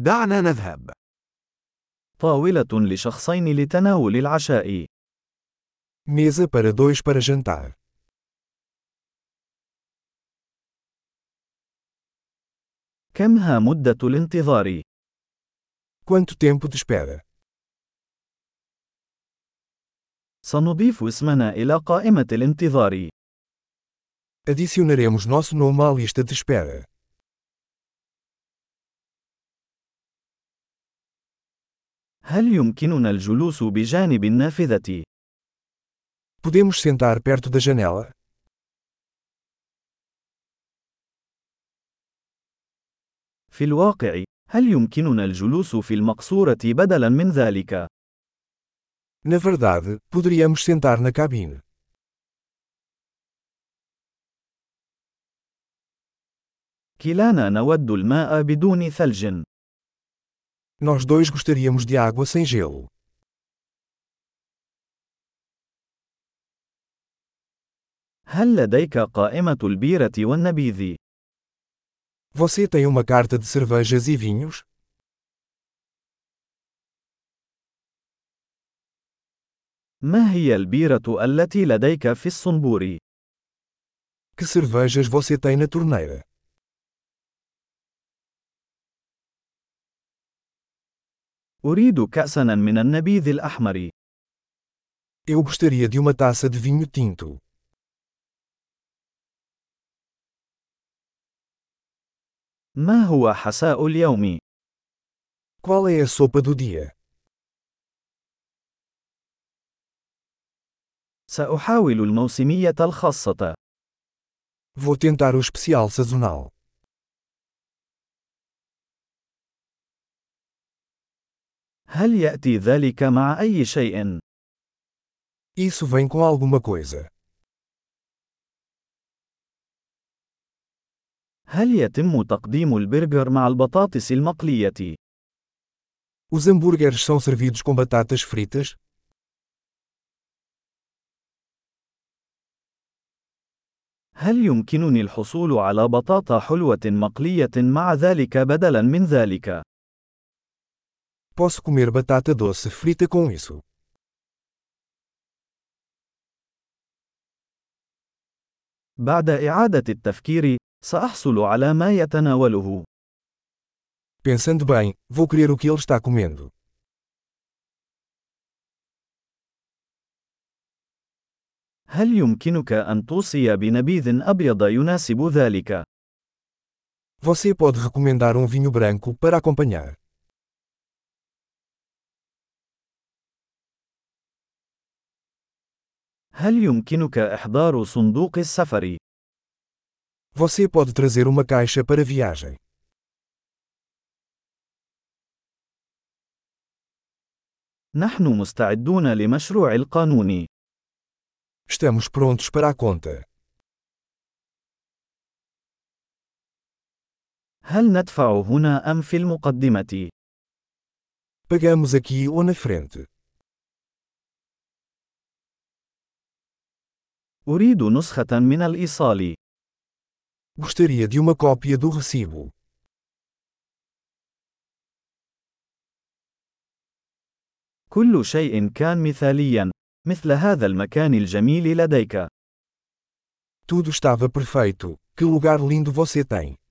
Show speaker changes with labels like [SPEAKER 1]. [SPEAKER 1] دعنا نذهب.
[SPEAKER 2] طاولة لشخصين لتناول العشاء.
[SPEAKER 3] Mesa para dois para jantar.
[SPEAKER 2] كمها مدة الانتظار؟
[SPEAKER 3] Quanto tempo de espera?
[SPEAKER 2] سنضيف اسمنا إلى قائمة الانتظار.
[SPEAKER 3] Adicionaremos nosso nome à lista de espera.
[SPEAKER 2] هل يمكننا الجلوس بجانب النافذة؟
[SPEAKER 3] Podemos sentar perto da janela?
[SPEAKER 2] في الواقع، هل يمكننا الجلوس في المقصورة بدلاً من ذلك؟
[SPEAKER 3] Na verdade, poderíamos sentar na cabine.
[SPEAKER 2] كلانا نود الماء بدون ثلج.
[SPEAKER 3] Nós dois gostaríamos de água sem gelo.
[SPEAKER 2] هل لديك قائمة البيرة والنبيذ؟
[SPEAKER 3] Você tem uma carta de cervejas e vinhos?
[SPEAKER 2] ما هي البيرة التي لديك في الصنبور؟
[SPEAKER 3] Que cervejas você tem na torneira?
[SPEAKER 2] أريد كأساً من النبيذ الأحمر.
[SPEAKER 3] Eu gostaria de uma taça de vinho tinto.
[SPEAKER 2] ما هو حساء اليوم؟
[SPEAKER 3] Qual é a sopa do dia?
[SPEAKER 2] سأحاول الموسمية الخاصة.
[SPEAKER 3] Vou tentar o especial sazonal.
[SPEAKER 2] هل يأتي ذلك مع أي شيء؟
[SPEAKER 3] Isso vem com alguma coisa.
[SPEAKER 2] هل يتم تقديم البرجر مع البطاطس المقلية؟
[SPEAKER 3] Os hambúrgueres são servidos com batatas fritas?
[SPEAKER 2] هل يمكنني الحصول على بطاطا حلوة مقلية مع ذلك بدلاً من ذلك؟
[SPEAKER 3] Posso comer batata doce frita com isso.
[SPEAKER 2] بعد إعادة التفكير، سأحصل على ما يتناوله.
[SPEAKER 3] Pensando bem, vou querer o que ele está comendo.
[SPEAKER 2] هل يمكنك أن توصي بنبيذ أبيض يناسب ذلك؟
[SPEAKER 3] Você pode recomendar um vinho branco para acompanhar.
[SPEAKER 2] هل يمكنك إحضار صندوق السفر؟
[SPEAKER 3] Você pode trazer uma caixa para viagem.
[SPEAKER 2] نحن مستعدون لمشروع القانون.
[SPEAKER 3] Estamos prontos para a conta.
[SPEAKER 2] هل ندفع هنا أم في المقدمة؟
[SPEAKER 3] Pagamos aqui ou na frente.
[SPEAKER 2] أريد نسخة من الإيصال.
[SPEAKER 3] Gostaria de uma cópia do recibo.
[SPEAKER 2] كل شيء كان مثاليا، مثل هذا المكان الجميل لديك.
[SPEAKER 3] Tudo estava perfeito. Que lugar lindo você tem!